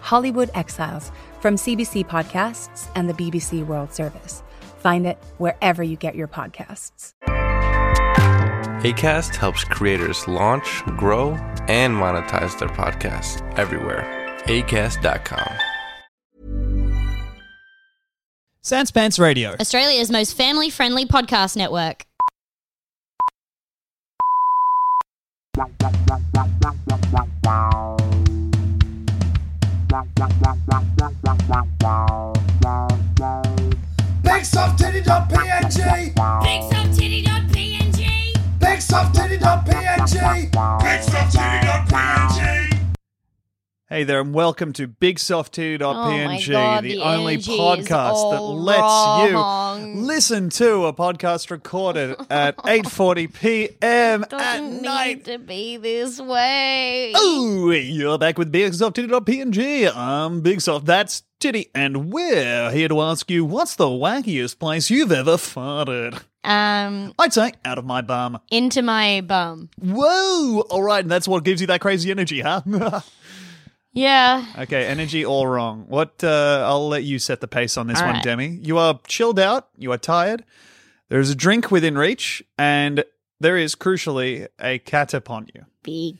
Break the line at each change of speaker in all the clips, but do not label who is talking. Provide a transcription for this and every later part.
Hollywood Exiles from CBC Podcasts and the BBC World Service. Find it wherever you get your podcasts.
ACAST helps creators launch, grow, and monetize their podcasts everywhere. ACAST.com.
Sans Pants Radio.
Australia's most family friendly podcast network.
BigSoftTitty.png
BigSoftTitty.png
BigSoftTitty.png BigSoftTitty.png
Hey there, and welcome to BigSoftTitty.png,
Oh my God,
the,
the
only
energy is
podcast that
all
lets you
wrong.
listen to a podcast recorded at 8:40 p.m. at
Doesn't need
night.
to be this way.
Oh, you're back with BigSoftTitty.png. I'm BigSoft. That's Titty, and we're here to ask you what's the wackiest place you've ever farted.
Um,
I'd say out of my bum.
into my bum.
Whoa! All right, and that's what gives you that crazy energy, huh?
Yeah.
Okay, energy all wrong. What? Uh, I'll let you set the pace on this
All
one,
right.
Demi. You are chilled out. You are tired. There is a drink within reach, and there is crucially a cat upon you.
Big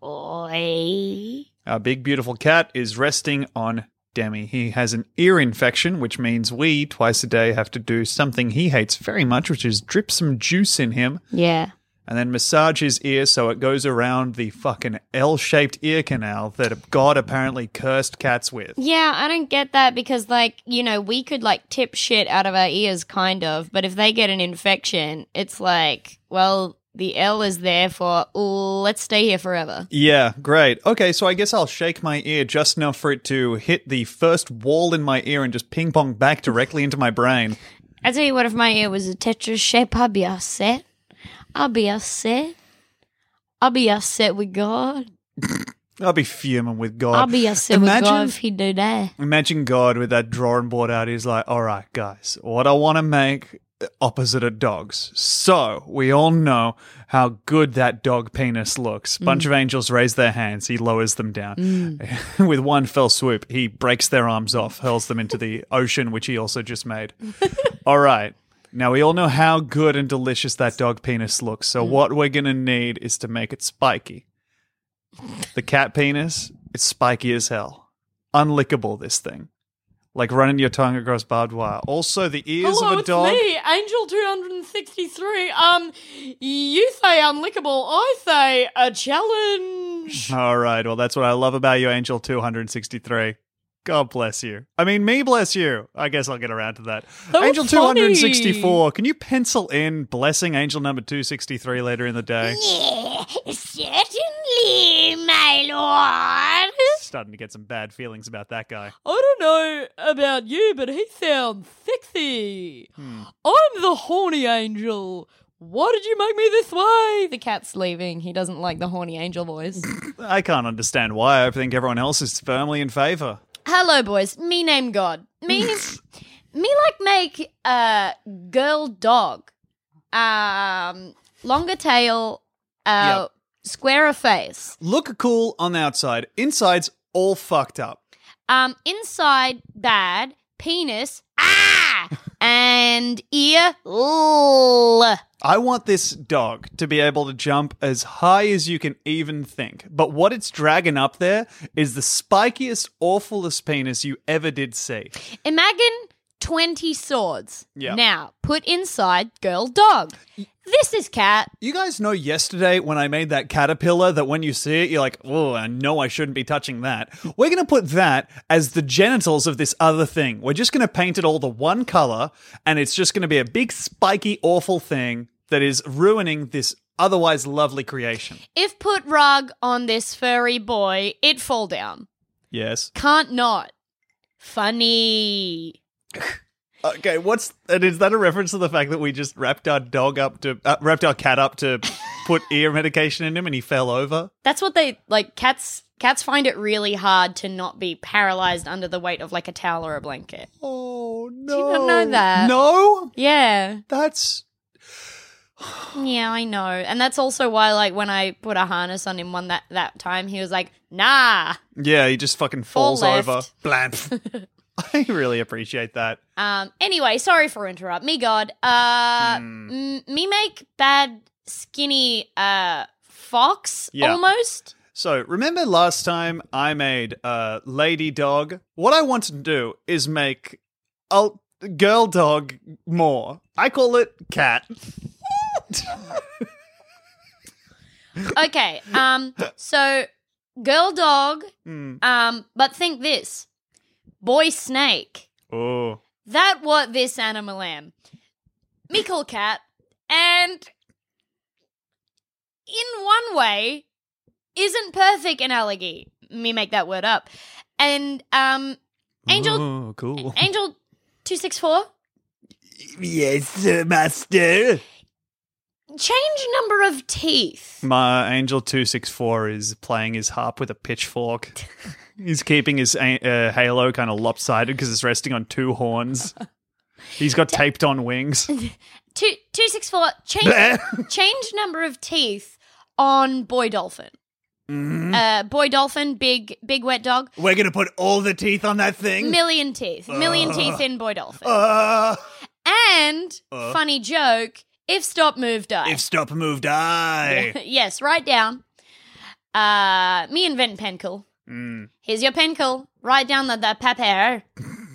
boy.
Our big beautiful cat is resting on Demi. He has an ear infection, which means we twice a day have to do something he hates very much, which is drip some juice in him
Yeah.
and then massage his ear so it goes around the fucking L-shaped ear canal that God apparently cursed cats with.
Yeah, I don't get that because, like, you know, we could, like, tip shit out of our ears, kind of, but if they get an infection, it's like, well, the L is there for, "Ooh, let's stay here forever.
Yeah, great. Okay, so I guess I'll shake my ear just enough for it to hit the first wall in my ear and just ping pong back directly into my brain.
I tell you what, if my ear was a Tetris shape, I'd be upset. I'd be upset. I'd be upset with God.
I'll be fuming with God.
I'd be upset with God
Uh, Imagine-
if he do that.
Imagine God with that drawing board out. He's like, all right, guys, what I want to make opposite of dogs. So we all know how good that dog penis looks. Bunch
Mm.
of angels raise their hands. He lowers them down. with one fell swoop, he breaks their arms off, hurls them into the ocean, which he also just made. all right. Now we all know how good and delicious that dog penis looks.
Mm.
So what we're going to need is to make it spiky. The cat penis, it's spiky as hell unlickable this thing. Like running your tongue across barbed wire. Also, the ears
Hello,
of a dog.
it's me, Angel two hundred and sixty three. Um, you say unlickable, I say a challenge.
All right. Well, that's what I love about you, Angel 263. God bless you. I mean, me bless you. I guess I'll get around to that.
That was
Angel
funny.
264. Can you pencil in blessing Angel number 263 later in the day?
Yeah, certainly, my lord.
Starting to get some bad feelings about that guy.
I don't know about you, but he sounds sexy. I'm the horny angel. Why did you make me this way?
The cat's leaving. He doesn't like the horny angel voice.
I can't understand why. I think everyone else is firmly in favor.
Hello, boys. Me name God. Me, me like make a girl dog. Um, longer tail. Uh, squarer face.
Look cool on the outside, inside's all fucked up.
Um, inside bad. Penis. Ah. and ear. L.
I want this dog to be able to jump as high as you can even think. But what it's dragging up there is the spikiest, awfulest penis you ever did see.
Imagine 20 swords.
Yeah.
Now, put inside girl dog. This is cat.
You guys know yesterday when I made that caterpillar that when you see it, you're like, oh, I know I shouldn't be touching that. We're going to put that as the genitals of this other thing. We're just going to paint it all the one color, and it's just going to be a big, spiky, awful thing that is ruining this otherwise lovely creation.
If put rug on this furry boy, it fall down.
Yes.
Can't not. Funny.
Okay, what's and is that a reference to the fact that we just wrapped our dog up to uh, wrapped our cat up to put ear medication in him and he fell over?
That's what they like. Cats cats find it really hard to not be paralyzed under the weight of like a towel or a blanket.
Oh no!
you not know that?
No,
Yeah,
that's
yeah, I know, and that's also why like when I put a harness on him one that that time, he was like, "Nah."
yeah. He just fucking falls
left.
over. Blamp. I really appreciate that.
Um. Anyway, sorry for interrupt. Me God. Uh. M- me make bad skinny. Uh. Fox
Yeah.
almost.
So remember last time I made uh, lady dog. What I want to do is make a girl dog more. I call it cat.
Okay. Um. So, girl dog.
Hmm.
Um. But think this, boy snake.
Oh.
That what this animal am. Me call cat, and in one way, isn't perfect analogy. Me make that word up, and um, angel,
Oh, cool.
angel, two six four.
Yes, master.
Change number of teeth.
My angel two six four is playing his harp with a pitchfork. He's keeping his a- uh, halo kind of lopsided because it's resting on two horns. He's got taped on wings.
Two two six four. Change
Bleh.
change number of teeth on boy dolphin. Uh, boy dolphin, big big wet dog.
We're gonna put all the teeth on that thing.
Million teeth, million teeth in boy dolphin.
Uh,
And funny joke, if stop move die.
stop move die.
yes, write down. Uh me invent penkel.
Mm.
Here's your penkel. Write down the, the paper.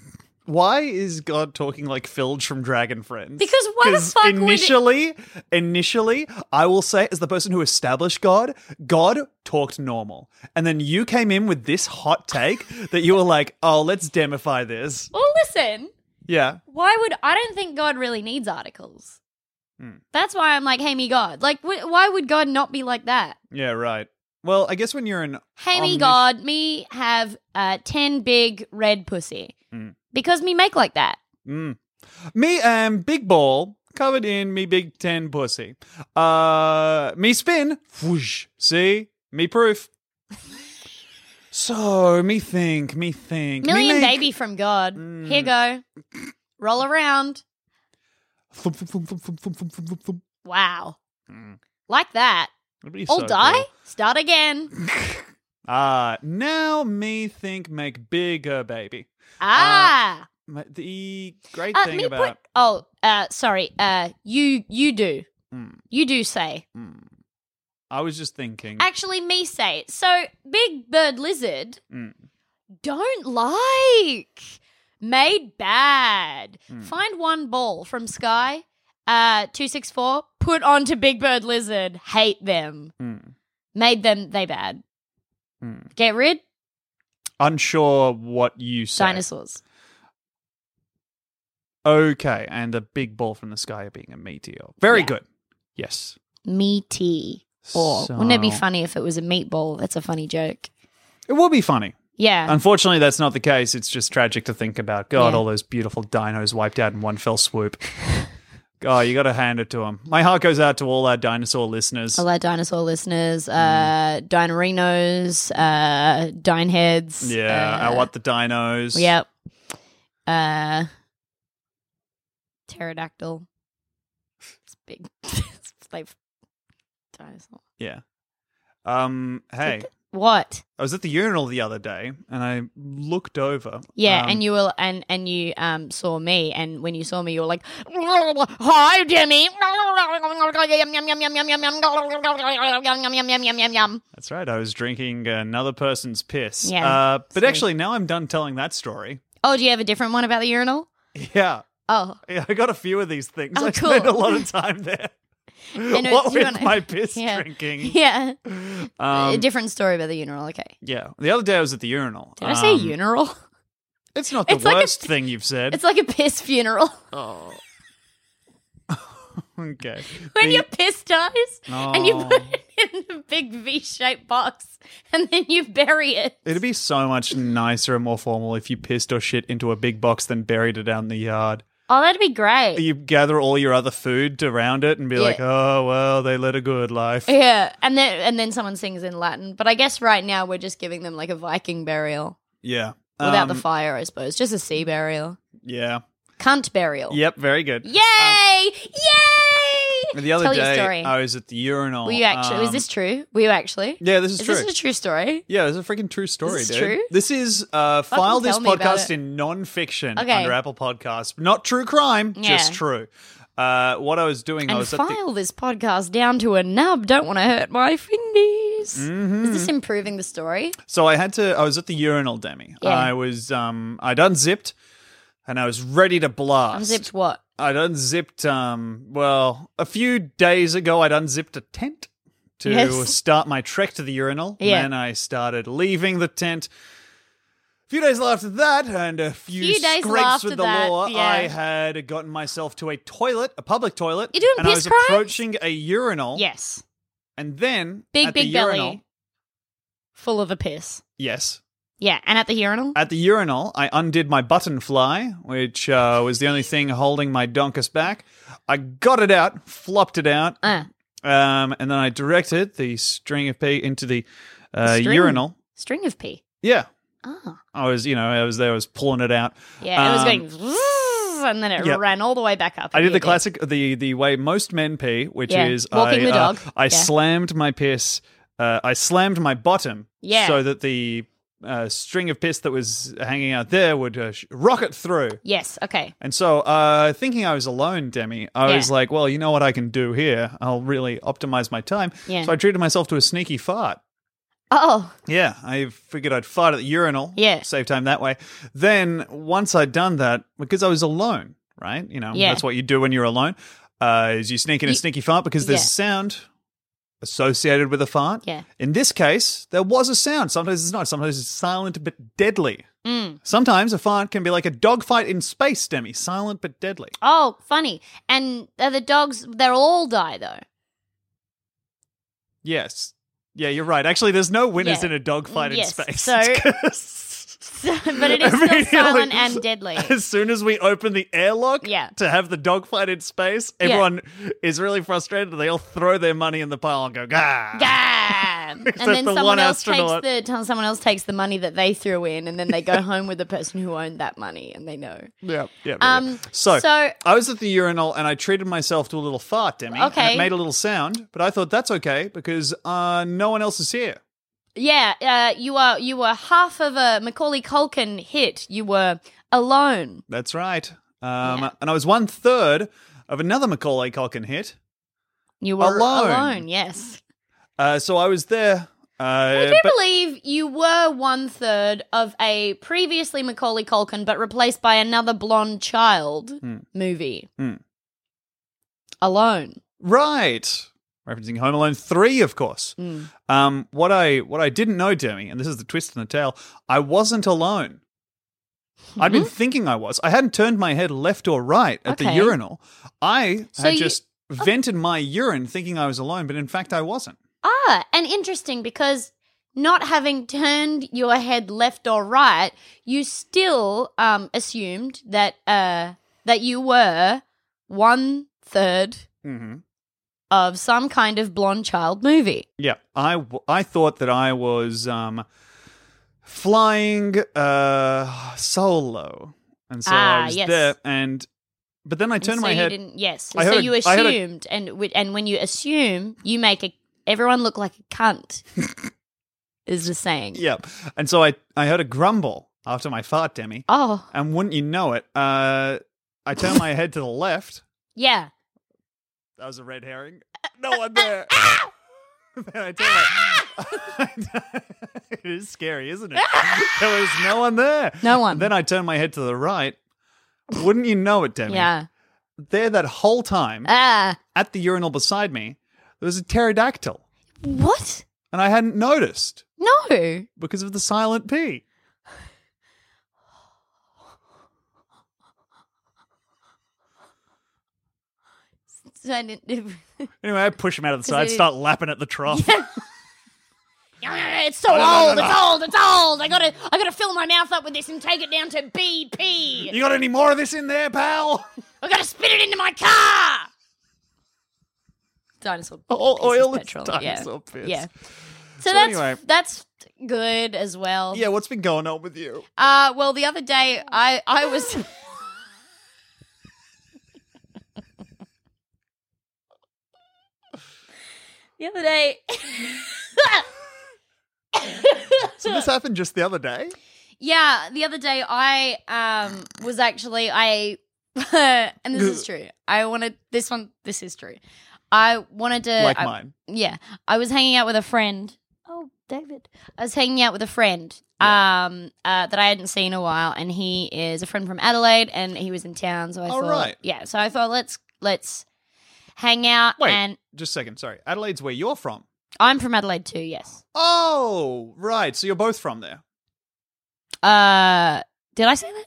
Why is God talking like Filge from Dragon Friends?
Because why the
'Cause
fuck would it-
initially, initially, I will say as the person who established God, God talked normal, and then you came in with this hot take that you were like, "Oh, let's demify this."
Well Oh, listen,
Yeah,
why would I don't think God really needs articles.
Hmm.
That's why I'm like, hey me God. Like, wh- why would God not be like that?
yeah, right. Well, I guess when you're in,
Hey me
Omnis-
God, me have uh, ten big red pussy
Mm.
because me make like that.
Mm. me am big ball covered in me big ten pussy. Uh, me spin. Whoosh. See me proof. So me think, me think. me
Million
make-
baby from God.
Mm.
Here go. Roll around.
Thump, thump, thump, thump, thump, thump, thump, thump, thump, thump.
Wow.
Mm.
Like that.
That'd be
All
so
die.
cool. Uh,
Start again.
Ah, now me think make bigger baby.
Ah.
Ma- The great
Uh,
thing
me
about
put. Oh, uh, sorry. Uh, you you do.
Mm.
You do say.
I was just thinking.
Actually, me say. it. So big bird lizard.
Mm.
Don't like. Made bad.
Mm.
Find one ball from sky. Uh, two six four. Put onto big bird lizard. Hate them.
Mm,
Made them. They bad.
mm.
Get rid.
Unsure what you say.
Dinosaurs.
Okay, and the big ball from the sky being a meteor. Very
Yeah.
good. Yes.
Meaty. Or wouldn't it be
So-
funny if it was a meatball? That's a funny joke.
It will be funny.
Yeah.
Unfortunately, that's not the case. It's just tragic to think about. God,
Yeah.
all those beautiful dinos wiped out in one fell swoop. God, you got to hand it to them. My heart goes out to all our dinosaur listeners.
All our dinosaur listeners,
Hmm.
uh, dinarinos, uh, dine heads.
Yeah,
uh,
I want the dinos.
Yep. Uh, pterodactyl. It's big. it's like dinosaur.
Yeah. Um. Hey,
What?
I was at the urinal the other day, and I looked over.
Yeah,
um,
and you will, and and you um saw me, and when you saw me, you were like, "Hi, Jimmy." Yum, yum, yum, yum, yum, yum, yum. Yum, yum, yum, yum, yum, yum.
That's right. I was drinking another person's piss.
Yeah,
Uh, but
sweet.
actually, now I'm done telling that story.
Oh, do you have a different one about the urinal?
Yeah.
Oh,
Yeah, I got a few of these things.
Oh,
I
cool.
spent a lot of time there.
know,
what
do you
with
wanna-
my piss
Yeah.
drinking?
yeah. a
Um,
different story about the urinal. Okay.
yeah. The other day I was at the urinal.
Did I say
Um,
urinal?
It's not the
It's like a
worst
th-
thing you've said.
It's like a piss funeral.
Okay.
when
The-
you pistons and you put
Oh.
it in the big V-shaped box and then you bury it.
It'd be so much nicer and more formal if you pissed or shit into a big box than buried it out in the yard.
Oh, that'd be great.
You gather all your other food around it and be like, oh, well, they led a good life.
Yeah, and then and then someone sings in Latin, but I guess right now we're just giving them like a Viking burial
Yeah.
without
Um,
the fire, I suppose. Just a sea burial,
Yeah.
cunt burial.
Yep, very good.
Yay! Yay!
um, The other
Tell
day,
your story.
I was at the urinal.
Were you actually? was
um,
this true? Were you actually?
Yeah, this is,
Is
true.
this a true story?
yeah, this is a freaking true story,
This is
dude.
true?
This is uh, file this
tell me about
podcast
it.
in non-fiction
Okay.
under Apple Podcasts, not true crime, just
Yeah.
true. Uh, what I was doing, I
And
was at the
file this podcast down to a nub. Don't want to hurt my fingers. Is
Mm-hmm.
this improving the story?
So I had to. I was at the urinal, Demi.
Yeah.
I was. Um, I'd unzipped, and I was ready to blast.
Unzipped what?
I'd unzipped. Um, well, a few days ago, I'd unzipped a tent to
Yes.
start my trek to the urinal.
Yeah.
Then I started leaving the tent. A few days after that, and a few,
Few days
scrapes
after
with the
that,
law,
yeah.
I had gotten myself to a toilet, a public toilet.
You're doing
and I
piss
was
crimes?
approaching a urinal.
Yes.
And then
Big
at the
big belly,
urinal-
full of a piss.
yes.
Yeah, and at the urinal.
At the urinal, I undid my button fly, which uh, was the only thing holding my donkus back. I got it out, flopped it out,
Uh,
um, and then I directed the string of pee into the uh,
String?
urinal.
string of pee.
Yeah,
Ah.
I was, you know, I was there, I was pulling it out.
Yeah, it was
Um,
going, zzzz, and then it
yep.
ran all the way back up.
I did the
into your dick.
classic, the the way most men pee, which
Yeah,
is
walking
I,
the
uh,
dog.
I
Yeah.
slammed my piss. Uh, I slammed my bottom,
Yeah.
so that the uh, string of piss that was hanging out there would uh, sh- rocket through.
Yes. Okay.
And so, uh, thinking I was alone, Demi, I
Yeah.
was like, well, you know what I can do here? I'll really optimize my time.
Yeah.
So I treated myself to a sneaky fart.
Oh,
Yeah, I figured I'd fart at the urinal.
Yeah.
Save time that way. Then, once I'd done that, because I was alone, right? You know,
Yeah.
that's what you do when you're alone, uh, is you sneak in a
You-
sneaky fart because there's
Yeah.
sound associated with a fart.
Yeah.
In this case, there was a sound. Sometimes it's not. Sometimes it's silent but deadly.
Mm.
Sometimes a fart can be like a dogfight in space, Demi. Silent but deadly.
oh, funny. And uh, the dogs, they'll all die though.
Yes. Yeah, you're right. Actually, there's no winners
Yeah.
in a dogfight
Yes,
in space.
so- So- but it is still
Immediately-
silent and deadly.
as soon as we open the airlock
Yeah.
to have the dogfight in space,
Yeah.
everyone is really frustrated. They all throw their money in the pile and go, gah.
Gah! and
Except
then
the
someone
one
else
astronaut.
takes the t- someone else takes the money that they threw in, and then they go home with the person who owned that money, and they know.
Yeah, yeah.
Um,
yeah. So,
so-
I was at the urinal and I treated myself to a little fart, Demi. and
Okay.
it made a little sound, but I thought that's okay because uh, no one else is here.
Yeah, uh, you are you were half of a Macaulay Culkin hit. You were alone.
That's right. Um,
Yeah.
And I was one third of another Macaulay Culkin hit.
You were
Alone.
alone yes.
Uh, so I was there. Uh,
I do
but-
believe you were one third of a previously Macaulay Culkin but replaced by another blonde child movie.
Hmm.
Alone.
Right. Referencing Home Alone 3, of course.
Hmm.
Um, what I what I didn't know, Demi, and this is the twist in the tale, I wasn't alone. I'd been thinking I was. I hadn't turned my head left or right at the
Mm-hmm. Okay.
urinal. I
So
had
you- Oh.
just vented my urine thinking I was alone, but in fact I wasn't.
Ah, and interesting because not having turned your head left or right, you still um, assumed that uh, that you were one third
Mm-hmm.
of some kind of blonde child movie.
Yeah, I, w- I thought that I was um, flying uh, solo, and so I
Ah,
was
yes.
there. And but then I
And
turned
so
my
you
head.
Didn't, yes.
I
so
heard-
you
I heard a-
assumed, and wi- and when you assume, you make a, everyone look like a cunt. is the saying?
Yeah, and so I I heard a grumble after my fart, Demi,
Oh
and wouldn't you know it? Uh, I turned my head to the left.
yeah.
That was a red herring. No one there.
Ah!
Then I turned my- it is scary, isn't it? there was no one there.
No one.
And then I turned my head to the right. Wouldn't you know it, Demi?
yeah.
There, that whole time
Ah.
at the urinal beside me, there was a pterodactyl,
what?
and I hadn't noticed
No.
because of the silent P.
turned into.
Anyway, I push him out of the
'Cause
side,
I-
start lapping at the trough.
it's so old. It's old. It's old. I gotta. I gotta fill my mouth up with this and take it down to BP.
You got any more of this in there, pal?
I gotta spit it into my car. Dinosaur.
All
piss is
oil is
petrol.
dinosaur
yeah.
piss.
Yeah. So, that's
anyway.
that's good as well.
Yeah, what's been going on with you?
Uh, well, the other day I I was. the other day.
So this happened just the other day.
Yeah, the other day I um was actually I and this is true. I wanted this one. This is true. I wanted to.
like
Uh, I-
mine.
yeah, I was hanging out with a friend. Oh, David, I was hanging out with a friend. Um, uh, that I hadn't seen in a while, and he is a friend from Adelaide, and he was in town. So I
Oh,
thought,
right.
yeah. So I thought let's let's hang out,
Wait.
and
Just a second, sorry. Adelaide's where you're from.
I'm from Adelaide too. Yes.
Oh, right. So you're both from there.
Uh, did I say that?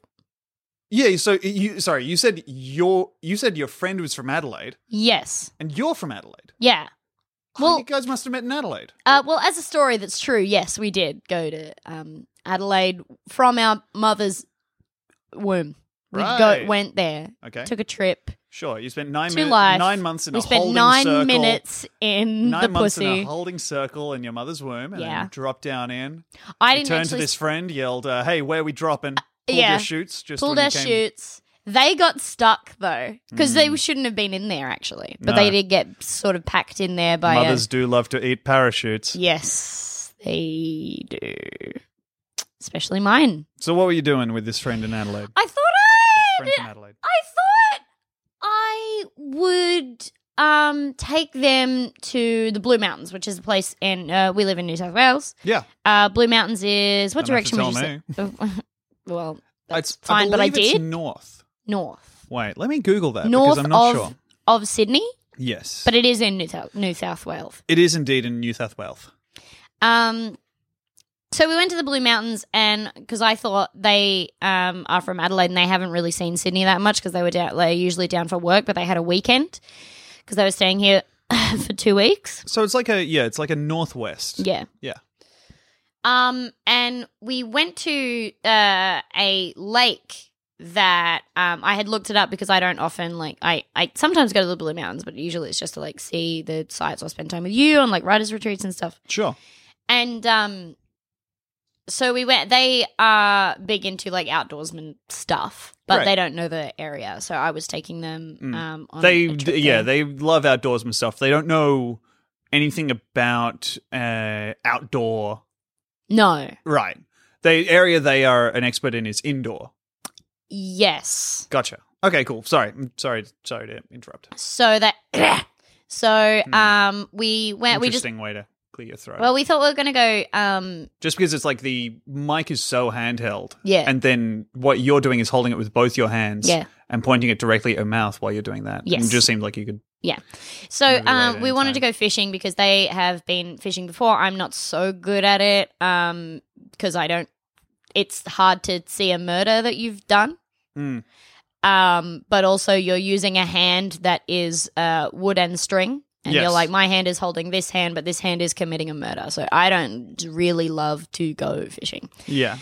Yeah, so you sorry, you said your you said your friend was from Adelaide
Yes.
and you're from Adelaide.
Yeah.
Oh,
Well-
you guys must have met in Adelaide.
Uh, well, as a story that's true, yes, we did go to um, Adelaide from our mother's womb. We
Right.
go, went there,
Okay.
took a trip,
Sure. You spent 9
to
minutes
life.
9 months in
we
a
spent
holding
nine
circle.
minutes in
9
the
months
pussy.
in a holding circle in your mother's womb and
Yeah.
then dropped down in.
I
Turned
didn't
to
actually
this friend, yelled, uh, "Hey, where we dropping?" Pulled
yeah.
their shoots. Just
pull
when
their
you came- Hmm.
shoots. They got stuck though, because they shouldn't have been in there actually, but
No.
they did get sort of packed in there by a-
Mothers do love to eat parachutes.
Yes, they do, especially mine.
So what were you doing with this friend in Adelaide?
I thought
Friend
I'd
from Adelaide.
I thought I would um take them to the Blue Mountains, which is the place in uh, we live in New South Wales.
Yeah.
Uh, Blue Mountains is what
Don't have
direction
to
would you
tell
say? well,
It's
that's fine, but I
believe it's
did
north.
north,
Wait, let me Google that
north
because I'm not
of
sure.
of Sydney,
Yes,
but it is in New South New South Wales.
it is indeed in New South Wales.
Um. So we went to the Blue Mountains, and because I thought they um, are from Adelaide and they haven't really seen Sydney that much because they were down, they're usually down for work, but they had a weekend because they were staying here for two weeks.
So it's like a yeah, it's like a northwest.
Yeah.
Yeah.
Um, and we went to uh, a lake that um, I had looked it up because I don't often like I I sometimes go to the Blue Mountains, but usually it's just to like see the sights or spend time with you on like writers retreats and stuff.
Sure.
And um, so we went. They are big into like outdoorsman stuff, but
Right.
they don't know the area. So I was taking them.
Mm.
Um, on
They
a trip
d- yeah, they
there.
love outdoorsman stuff. They don't know anything about uh, outdoor.
no.
Right. The area they are an expert in is indoor.
Yes.
Gotcha. Okay, cool. Sorry. I'm Sorry. Sorry to interrupt.
So that. so
Hmm.
um, we went. We just
Interesting way to clear your throat.
well, we thought we were gonna go. Um,
just because it's like the mic is so handheld.
Yeah.
And then what you're doing is holding it with both your hands.
Yeah.
And pointing it directly at your mouth while you're doing that.
Yes.
It just seemed like you could.
yeah. So
Maybe
um,
later
we
in
wanted to
time.
go fishing because they have been fishing before. I'm not so good at it. Um, because I don't. It's hard to see a murder that you've done.
Hmm.
um, but also you're using a hand that is uh, wood and string. And you're
Yes.
like, my hand is holding this hand, but this hand is committing a murder. So I don't really love to go fishing.
Yeah.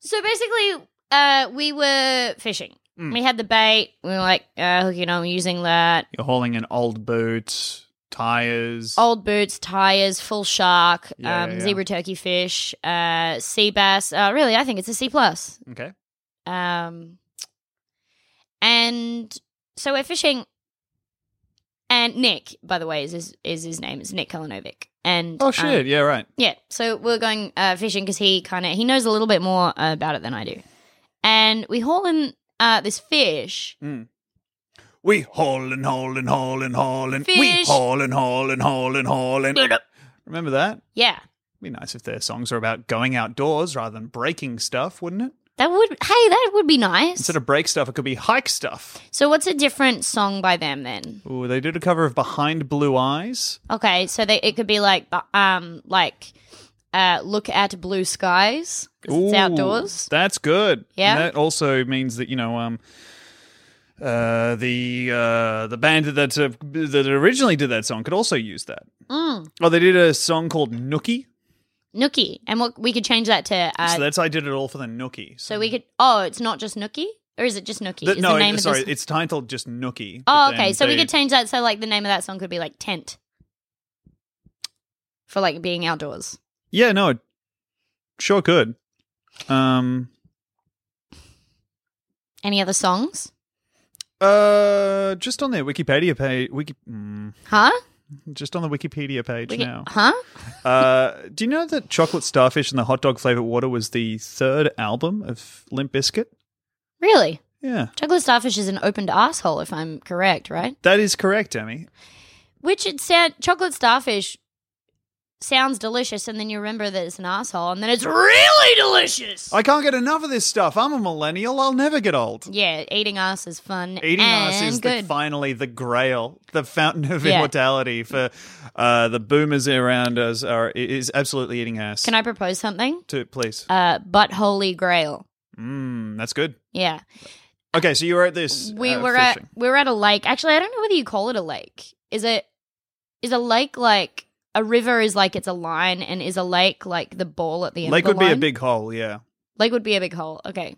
So basically, uh, we were fishing.
Mm.
We had the bait. We were like, uh, hooking on, using that.
You're hauling an old boot, tires.
Old boots, tires, full shark,
Yeah,
um,
yeah, yeah.
zebra turkey fish, uh, sea bass. Uh, really, I think it's a C plus.
Okay.
Um, and so we're fishing. And Nick, by the way, is his, is his name. It's Nick Kalanovic. And
Oh
um,
shit. yeah. Right.
yeah, so we're going uh, fishing because he kind of he knows a little bit more uh, about it than I do. And we haul in uh, this fish.
Hmm. We hauling, hauling, hauling, hauling. We
Fish.
hauling, hauling, hauling, hauling. Remember that?
Yeah,
Be nice if their songs are about going outdoors rather than breaking stuff, wouldn't it?
that would hey, that would be nice.
Instead of break stuff, it could be hike stuff.
so what's a different song by them then?
Ooh, they did a cover of Behind Blue Eyes.
Okay, so they, it could be like bu- um like uh, look at blue skies 'cause it's
Ooh,
outdoors.
That's good.
Yeah.
And that also means that you know, um, uh, the uh, the band that uh, that originally did that song could also use that.
Mm.
Oh, they did a song called Nookie.
Nookie. And what we could change that to. Uh,
so
so,
that's I did it all for the Nookie. So
we could. Oh, it's not just Nookie? Or is it just Nookie?
that-
is
no,
the name
it-
of
sorry,
this-
it's titled just Nookie.
Oh,
but
okay.
then
So we
they-
could change that. So, like, the name of that song could be, like, Tent. For, like, being outdoors.
Yeah, no, it sure could. Um,
Any other songs?
uh, just on their Wikipedia page, wiki, mm,
Huh?
just on the Wikipedia page
We
now.
Get, huh?
Uh, do you know that Chocolate Starfish and the Hot Dog Flavored Water was the third album of Limp Bizkit?
Really?
Yeah,
Chocolate Starfish is an opened asshole, if I'm correct, right?
that is correct, Emmy.
Which it sound chocolate starfish sounds delicious, and then you remember that it's an asshole, and then it's really delicious.
I can't get enough of this stuff. I'm a millennial. I'll never get old.
yeah, eating ass is fun.
Eating
and
us is the,
good.
finally the grail, the fountain of
Yeah.
immortality for uh, the boomers around us. Are is absolutely eating ass.
Can I propose something?
to please?
Uh, but holy grail.
Mm, that's good.
Yeah,
Okay, so you were at this.
we
uh,
were
fishing.
at we were at a lake. Actually, I don't know whether you call it a lake. Is it is a lake like a river? Is like it's a line, and is a lake like the ball at the end?
Lake
of the
would be a
line?
big hole. Yeah.
Lake would be a big hole. Okay.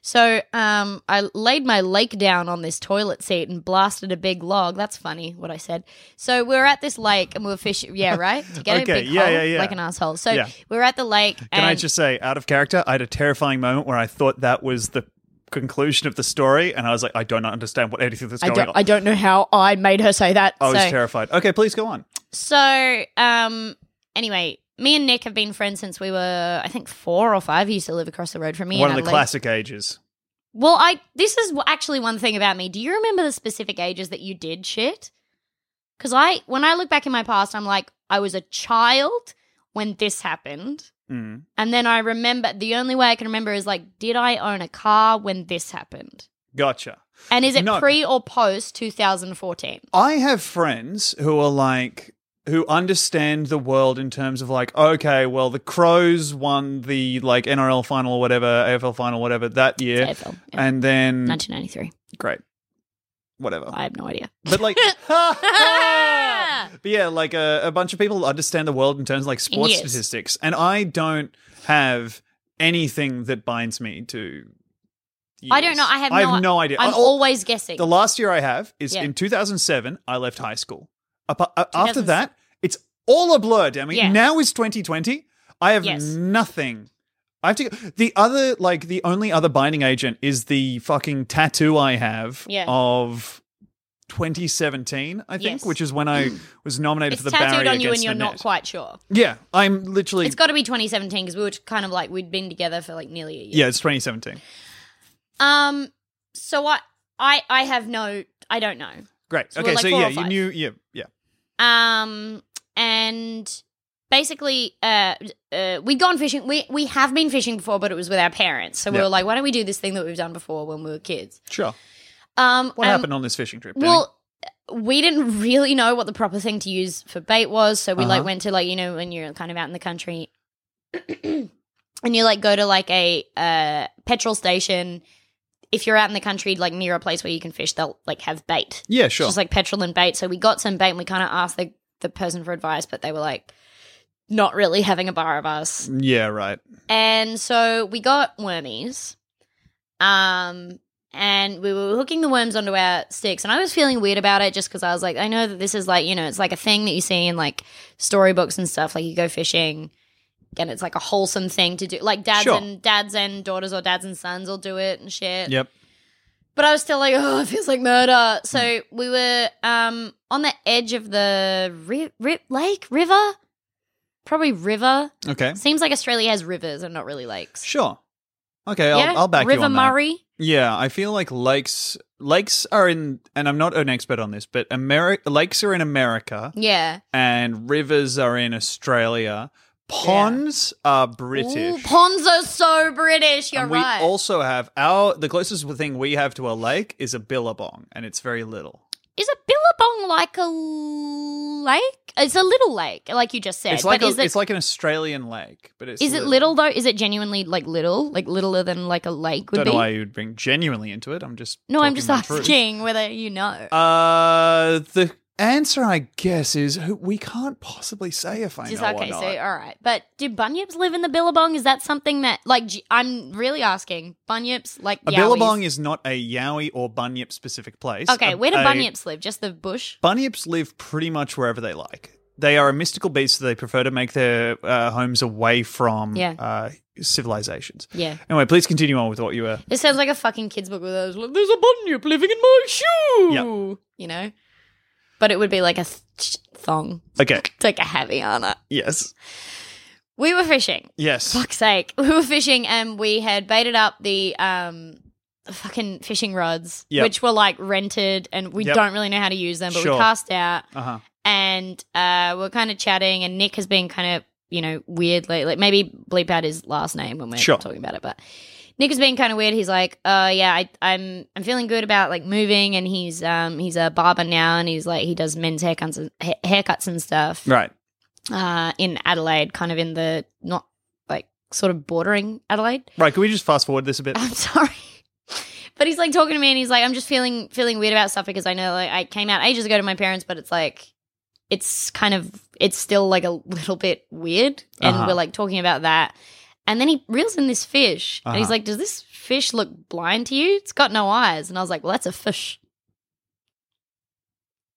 So um, I laid my lake down on this toilet seat and blasted a big log. That's funny what I said. So we were at this lake and we were fishing. Yeah, right. To get
Okay,
a big
yeah,
hole,
yeah, yeah.
like an asshole. So
Yeah.
we were at the lake.
Can
and
I just say, out of character, I had a terrifying moment where I thought that was the conclusion of the story, and I was like, I don't understand what anything that's
I
going
don't,
on.
I don't know how I made her say that.
I Oh, was
so,
terrified. Okay, please go on.
so um, anyway, me and Nick have been friends since we were, I think, four or five. He used to live across the road from me.
One
in
of the
Adelaide.
classic ages.
Well, I this is wh- actually one thing about me. Do you remember the specific ages that you did shit? Because I, when I look back in my past, I'm like, I was a child when this happened,
Mm.
and then I remember. The only way I can remember is like, did I own a car when this happened?
Gotcha.
And is it
No.
pre or post 2014?
I have friends who are like who understand the world in terms of like okay well the crows won the like NRL final or whatever AFL final whatever that year
AFL, yeah.
and then
1993.
great whatever
I have no idea.
But like, but yeah, like uh, a, a bunch of people understand the world in terms of like sports
Yes.
statistics, and I don't have anything that binds me to.
I don't
years.
know. I have
I have
no-
no, idea.
I'm
I- all-
always guessing.
the last year I have is
Yeah.
in 2007. I left high school. Apa- a- After that, it's all a blur. I mean,
Yeah.
now is 2020. I have
Yes.
nothing. I have to. go- The other, like, the only other binding agent is the fucking tattoo I have
Yeah.
of 2017. I think,
Yes. Mm.
which is when I was nominated
it's
for the
tattooed
Barry
on you, and
Against
you're
the
not
Net.
quite sure.
Yeah, I'm literally.
It's got to be 2017 because we were kind of like we'd been together for like nearly a year.
yeah, it's 2017.
Um. So I, I, I have no. I don't know.
Great.
So we're
okay,
like
so
four
yeah,
or
you
five.
knew. Yeah, yeah.
Um. And basically, uh, uh we'd gone fishing. We we have been fishing before, but it was with our parents. So we
Yeah.
were like, why don't we do this thing that we've done before when we were kids?
Sure.
Um.
What
and-
happened on this fishing trip? Danny?
Well. We didn't really know what the proper thing to use for bait was, so we like
Uh-huh.
went to like you know when you're kind of out in the country, and you like go to like a uh, petrol station. If you're out in the country, like near a place where you can fish, they'll like have bait.
yeah, sure.
Just like petrol and bait. So we got some bait and we kind of asked the, the person for advice, but they were like, not really having a bar of us.
yeah, right.
And so we got wormies. Um, and we were hooking the worms onto our sticks. And I was feeling weird about it just because I was like, I know that this is like, you know, it's like a thing that you see in like storybooks and stuff. Like you go fishing and it's like a wholesome thing to do. Like dads
Sure.
and dads and daughters or dads and sons will do it and shit.
Yep. Hmm.
But I was still like, oh, it feels like murder. So we were um, on the edge of the ri- ri- lake, river, probably river.
Okay.
Seems like Australia has rivers and not really lakes.
Sure. Okay, I'll, I'll back
River
you on that.
Murray.
Yeah, I feel like lakes lakes are in, and I'm not an expert on this, but Ameri- lakes are in America
Yeah.
and rivers are in Australia. Ponds are British.
Ooh, ponds are so British. You're
and we
right.
also have our the closest thing we have to a lake is a billabong, and it's very little.
Is a billabong like a lake? It's a little lake, like you just said.
It's like
but
a,
is it,
it's like an Australian lake, but it's
is it little though? Is it genuinely like little, like littler than like a lake would
Don't know
be?
why you'd bring genuinely into it. I'm just
no, I'm
talking
just
my truth.
asking whether you know.
Uh, the answer, I guess, is who- we can't possibly say if I
Just,
know
okay,
or
so
not.
all right, but do bunyips live in the billabong? Is that something that like j- I'm really asking? Bunyips like
a
yowies?
billabong is not a yowie or bunyip specific place.
Okay,
A-
where do
a-
bunyips live? Just the bush.
Bunyips live pretty much wherever they like. They are a mystical beast, so they prefer to make their uh, homes away from
Yeah.
uh, civilizations.
Yeah.
Anyway, please continue on with what you were.
This sounds like a fucking kids book with those, like,
There's a bunyip living in my shoe.
you know, but it would be like a th- thong.
Okay.
It's like a heavy on it.
Yes.
We were fishing.
Yes.
Fuck's sake, we were fishing and we had baited up the um fucking fishing rods,
Yep.
which were like rented and we
Yep.
don't really know how to use them, but
Sure.
we cast out
Uh huh.
and uh, we're kind of chatting, and Nick has been kind of, you know, weird lately. Like maybe bleep out his last name when we're
Sure.
talking about it, but Nick has been kind of weird. He's like, uh, yeah, I, I'm, I'm feeling good about like moving, and he's, um, he's a barber now, and he's like, he does men's haircuts, and, ha- haircuts and stuff,
Right.
uh, in Adelaide, kind of in the not like sort of bordering Adelaide.
Right. Can we just fast forward this a bit?
I'm sorry. But he's like talking to me and he's like, I'm just feeling feeling weird about stuff because I know like I came out ages ago to my parents, but it's like it's kind of it's still like a little bit weird. And
Uh-huh.
we're like talking about that. And then he reels in this fish and he's
Uh-huh.
like, Does this fish look blind to you? It's got no eyes. And I was like, Well, that's a fish.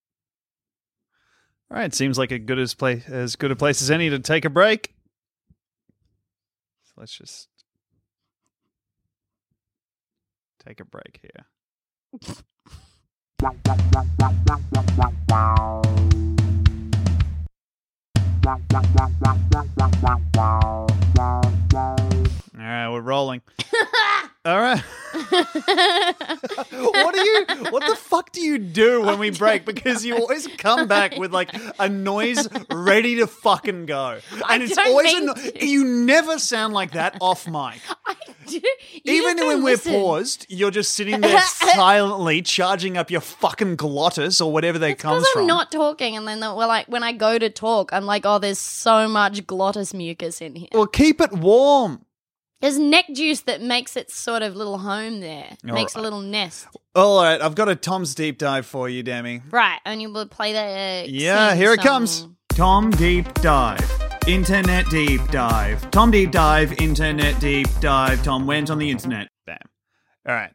All right. Seems like a good as place as good a place as any to take a break. So let's just take a break here. All right, we're rolling. All right. what do you what the fuck do you do when we break because you always come back with like a noise ready to fucking go and it's
don't
always
mean
a no-
to.
you never sound like that off mic
I do. you
even
just don't
when we're
listen.
paused you're just sitting there silently charging up your fucking glottis or whatever they
Because
comes
I'm
from
not talking, and then the, well, like when I go to talk, I'm like, oh, there's so much glottis mucus in here.
well keep it warm
There's neck juice that makes its sort of little home there,
All
makes
right.
a little nest.
all right i've got a tom's deep dive for you demi
Right, and you will play that. Uh,
Yeah,
scene
here it
song.
comes. Tom Deep Dive. Internet Deep Dive. Tom Deep Dive. Internet Deep Dive. Tom went on the internet. Bam. All right.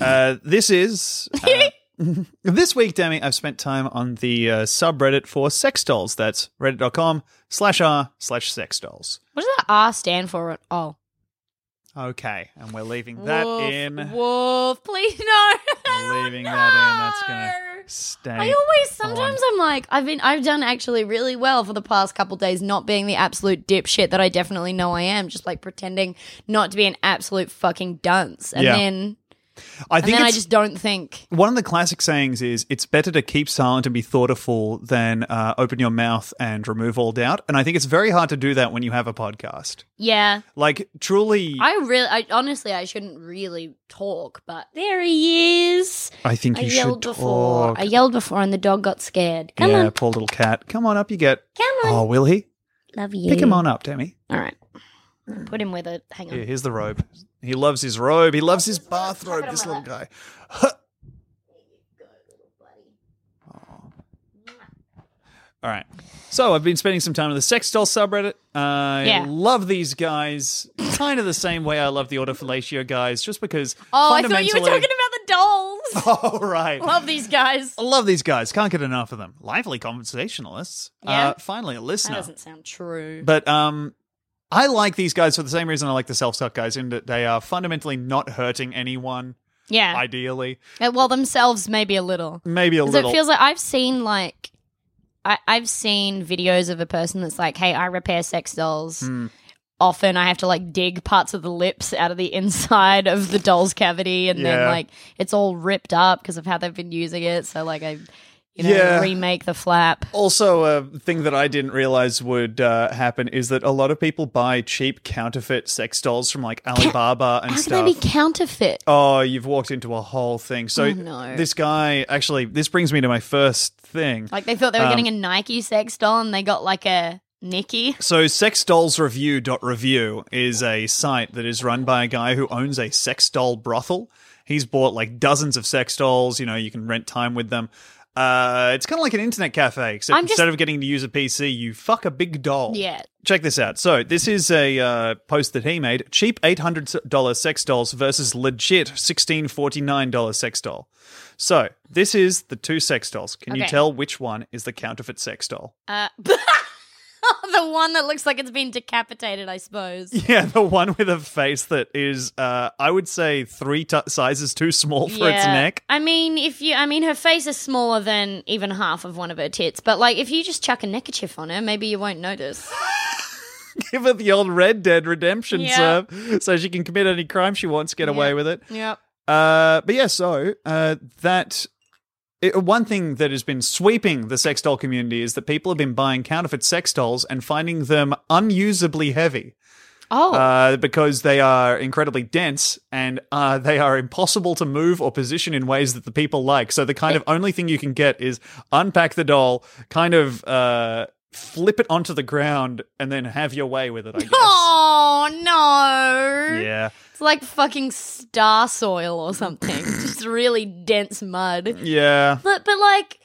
Uh, this is. uh, this week, Demi, I've spent time on the uh, subreddit for sex dolls. That's reddit.com slash r slash sex dolls.
What does that R stand for? Oh,
Okay. And we're leaving that
Woof,
in.
Woof.
please no.
We're leaving that in. That's going to stay.
I always
on.
sometimes I'm like I've been I've done actually really well for the past couple days not being the absolute dipshit that I definitely know I am just like pretending not to be an absolute fucking dunce and
Yeah.
then
I
and
think
then I
it's-
just don't think
One of the classic sayings is it's better to keep silent and be thought a fool than uh, open your mouth and remove all doubt. And I think it's very hard to do that when you have a podcast.
yeah
Like, truly, I,
I really I honestly I shouldn't really talk but there he is
think
I
you
yelled
should
before.
talk.
I yelled before, and the dog got scared. Come
yeah,
on,
poor little cat. Come on up, you get.
come on.
Oh, will he?
Love you.
Pick him on up, Demi.
All right. Put him with a. Hang on.
Here, here's the robe. He loves his robe. He loves his bathrobe, this little guy. Huh. All right. So I've been spending some time on the sex doll subreddit. I
Yeah.
love these guys kind of the same way I love the autofellatio guys, just because.
Oh, I thought
fundamentally-
you were talking about the dolls.
Oh, right.
Love these guys.
I love these guys. Can't get enough of them. Lively conversationalists.
Yeah.
Uh, finally, a
That
listener.
doesn't sound true.
But um, I like these guys for the same reason I like the self suck guys in that they are fundamentally not hurting anyone.
Yeah.
Ideally,
Uh, well, themselves maybe a little.
maybe a
Because it
little.
feels like I've seen like. I, I've seen videos of a person that's like, "Hey, I repair sex dolls."
Hmm.
Often, I have to like dig parts of the lips out of the inside of the doll's cavity, and
Yeah.
then like it's all ripped up because of how they've been using it. So like I you know,
Yeah.
remake the flap.
Also, a thing that I didn't realize would uh, happen is that a lot of people buy cheap counterfeit sex dolls from like Alibaba and
How can
stuff.
they be counterfeit?
Oh, you've walked into a whole thing. So
Oh, no.
this guy actually this brings me to my first thing.
Like they thought they were
Um,
getting a Nike sex doll and they got like a Nikki.
So sexdollsreview.review is a site that is run by a guy who owns a sex doll brothel. He's bought like dozens of sex dolls, you know, you can rent time with them. Uh, it's kind of like an internet cafe, except
I'm just-
instead of getting to use a PC, you fuck a big doll.
Yeah.
Check this out. So this is a uh, post that he made: cheap eight hundred dollar sex dolls versus legit sixteen forty nine dollar sex doll. So this is the two sex dolls. Can you
Okay.
tell which one is the counterfeit sex doll?
Uh, the one that looks like it's been decapitated, I suppose.
Yeah, the one with a face that is, uh, I would say, three t- sizes too small for its neck.
I mean, if you, I mean, her face is smaller than even half of one of her tits, but like if you just chuck a neckerchief on her, maybe you won't notice.
Give her the old Red Dead Redemption
Yeah.
serve, so she can commit any crime she wants, get away with it.
yep.
Uh, but yeah, so uh, that it, one thing that has been sweeping the sex doll community is that people have been buying counterfeit sex dolls and finding them unusably heavy
Oh,
uh, because they are incredibly dense and uh, they are impossible to move or position in ways that the people like. So the kind of only thing you can get is unpack the doll, kind of uh, flip it onto the ground, and then have your way with it. I guess.
oh no!
Yeah,
It's like fucking star soil or something, just really dense mud.
yeah.
But but like,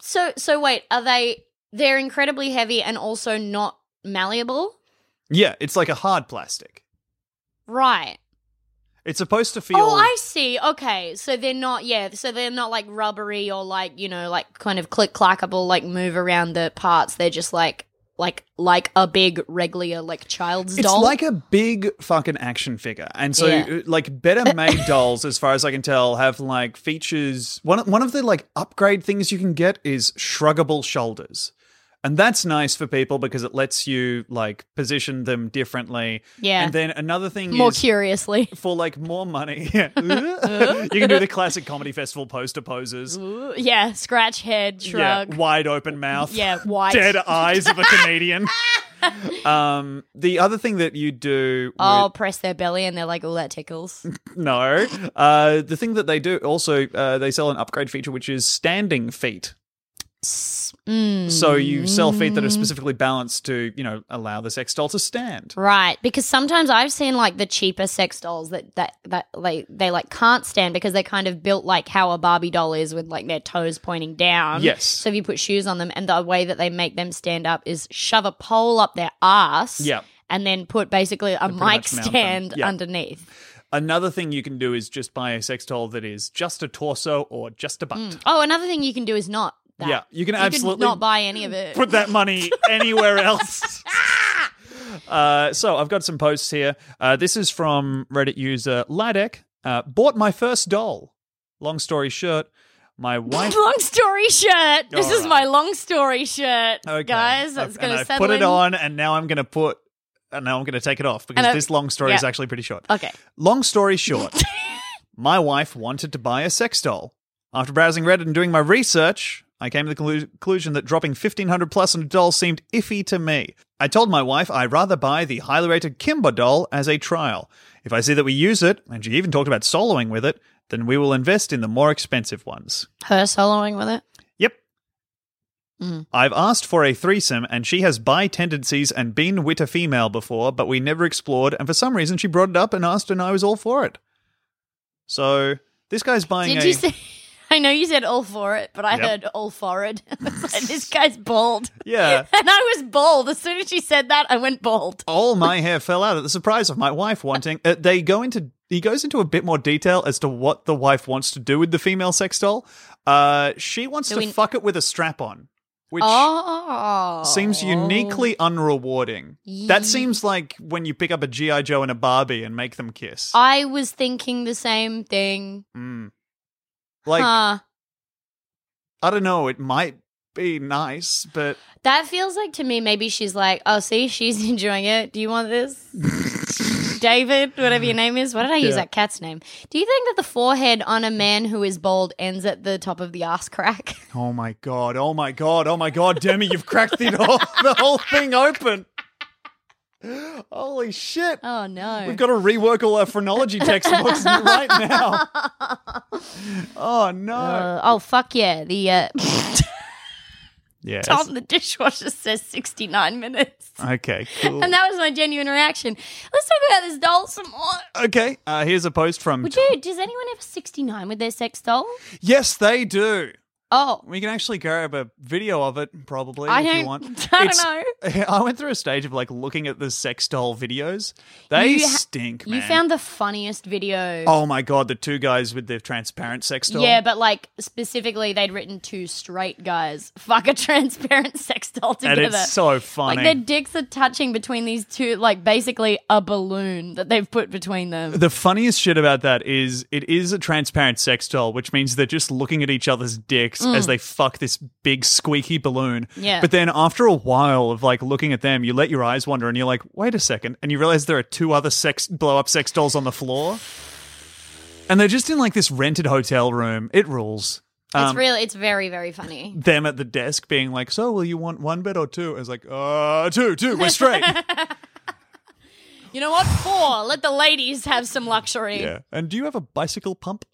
so so wait, are they? They're incredibly heavy and also not malleable,
Yeah, it's like a hard plastic.
right?
It's supposed to feel.
Oh, I see. Okay, so they're not. Yeah, so they're not like rubbery or like you know, like kind of click clackable, like move around the parts. They're just like like like a big regular like child's
It's
doll.
like a big fucking action figure, and so uh,
Yeah.
like better made dolls, as far as I can tell, have like features. One one of the like upgrade things you can get is shruggable shoulders, and that's nice for people because it lets you like position them differently.
Yeah.
and then another thing
more
is
curiously.
for like more money, you can do the classic comedy festival poster poses.
Uh-huh. Ooh, yeah, scratch head,
Yeah,
shrug.
wide open mouth.
Yeah, white.
dead eyes of a comedian. um, the other thing that you do. with-
Oh, press their belly and they're like, "Oh, that tickles."
No. Uh, the thing that they do also, uh, they sell an upgrade feature which is standing feet.
Mm.
So you sell feet that are specifically balanced to, you know, allow the sex doll to stand.
Right, because sometimes I've seen like the cheaper sex dolls that that that like they like can't stand because they're kind of built like how a Barbie doll is with like their toes pointing down.
Yes.
So if you put shoes on them, and the way that they make them stand up is shove a pole up their ass.
Yeah.
And then put basically a
pretty
mic
much mount them.
stand
Yeah.
underneath.
Another thing you can do is just buy a sex doll that is just a torso or just a butt.
Oh, another thing you can do is not. That.
Yeah, you can
You
absolutely
not buy any of it.
put that money anywhere else. Uh, so I've got some posts here. Uh, this is from Reddit user Ladek. Uh, bought my first doll. Long story short, my wife.
long story shirt. This is
Alright.
my long story shirt,
Okay.
guys.
I've-
That's going
and
to
I've
settle
put it
in.
on, and now I'm going to put, and now I'm going to take it off because
And I-
this long story is
yeah.
actually pretty short.
Okay.
Long story short, my wife wanted to buy a sex doll. After browsing Reddit and doing my research, I came to the conclu- conclusion that dropping 1500 plus on a doll seemed iffy to me. I told my wife I'd rather buy the highly rated Kimba doll as a trial. If I see that we use it, and she even talked about soloing with it, then we will invest in the more expensive ones.
Her soloing with it.
Yep.
Mm.
I've asked for a threesome, and she has bi tendencies and been with a female before, but we never explored. And for some reason, she brought it up and asked, and I was all for it. So this guy's buying
Did
a.
you say? I know you said all for it, but I
Yep.
heard all forward. I was like, this guy's bald.
yeah.
And I was bald. As soon as she said that, I went bald.
All my hair fell out at the surprise of my wife wanting. Uh, they go into he goes into a bit more detail as to what the wife wants to do with the female sex doll. Uh, she wants
Do
to
we-
fuck it with a strap on, which
Oh.
seems uniquely unrewarding. That
Ye-
seems like when you pick up a GI Joe and a Barbie and make them kiss.
I was thinking the same thing.
Mm. Like
huh.
I don't know, it might be nice, but
That feels like to me, maybe she's like, oh, see, she's enjoying it. Do you want this? David, whatever your name is. Why did I use that cat's name? Do you think that the forehead on a man who is bald ends at the top of the ass crack?
Oh my god! Oh my god! Oh my god! Demi, you've cracked the whole, the whole thing open. Holy shit!
Oh no.
We've got to rework all our phrenology textbooks right now. Oh no!
Uh, oh fuck yeah. The uh,
yes.
Tom the dishwasher says 69 minutes.
Okay. Cool.
And that was my genuine reaction. Let's talk about this doll some more.
Okay. Uh, here's a post from.
Would you, does anyone have a 69 with their sex doll?
Yes, they do.
Oh,
We can actually grab a video of it, probably,
I
if you
don't-
want.
I don't
know. I went through a stage of like looking at the sex doll videos. They
You ha-
stink, man.
you found the funniest video.
Oh my god, the two guys with the transparent sex doll.
Yeah, but like specifically, they'd written two straight guys fuck a transparent sex doll
and
together.
it's so funny.
like their dicks are touching between these two, like basically a balloon that they've put between them.
the funniest shit about that is it is a transparent sex doll, which means they're just looking at each other's dicks as they fuck this big squeaky balloon.
Mm. Yeah.
But then after a while of like looking at them, you let your eyes wander and you're like, wait a second, and you realize there are two other sex blow up sex dolls on the floor, and they're just in like this rented hotel room. It rules.
it's really, it's very, very funny.
Them at the desk being like, so will you want one bed or two? I was like, uh, two, two, we're straight.
You know what? Four. Let the ladies have some luxury.
yeah. And do you have a bicycle pump?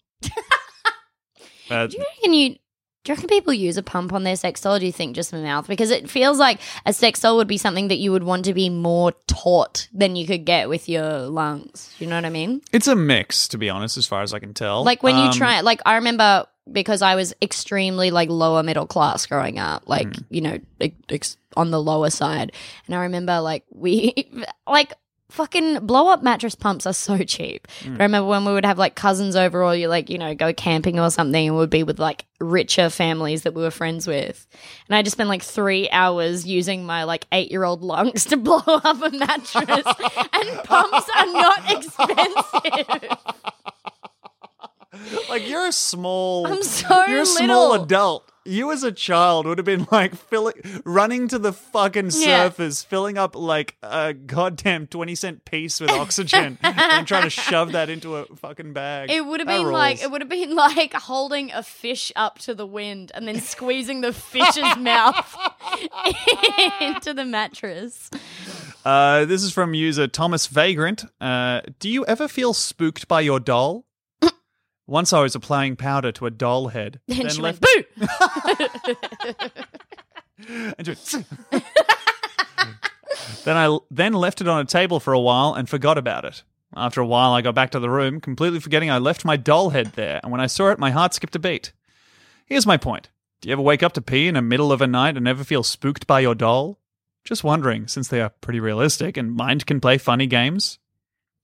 Uh,
Do you reckon you? Do you reckon people use a pump on their sex doll? Or do you think just mouth? Because it feels like a sex doll would be something that you would want to be more taught than you could get with your lungs. You know what I mean?
It's a mix, to be honest, as far as I can tell.
Like when you
Um,
try, like I remember because I was extremely like lower middle class growing up, like you know, ex- ex- on the lower side, and I remember like we like. Fucking blow up mattress pumps are so cheap. But I remember when we would have like cousins over, or you like you know go camping or something, and we'd be with like richer families that we were friends with, and I just spent like three hours using my like eight year old lungs to blow up a mattress, and pumps are not expensive.
like you're a small.
I'm so
You're a small
little.
adult. You as a child would have been like filling, running to the fucking
Yeah.
surface, filling up like a goddamn twenty cent piece with oxygen, and trying to shove that into a fucking bag.
It would have
That
been like
rules.
it would have been like holding a fish up to the wind and then squeezing the fish's mouth into the mattress.
Uh, this is from user Thomas Vagrant. Uh, do you ever feel spooked by your doll? Once I was applying powder to a doll head,
And
then
she
left
went, "Boo!"
and just then I then left it on a table for a while and forgot about it. After a while, I got back to the room, completely forgetting I left my doll head there. And when I saw it, my heart skipped a beat. Here's my point: Do you ever wake up to pee in the middle of a night and ever feel spooked by your doll? Just wondering, since they are pretty realistic and mind can play funny games.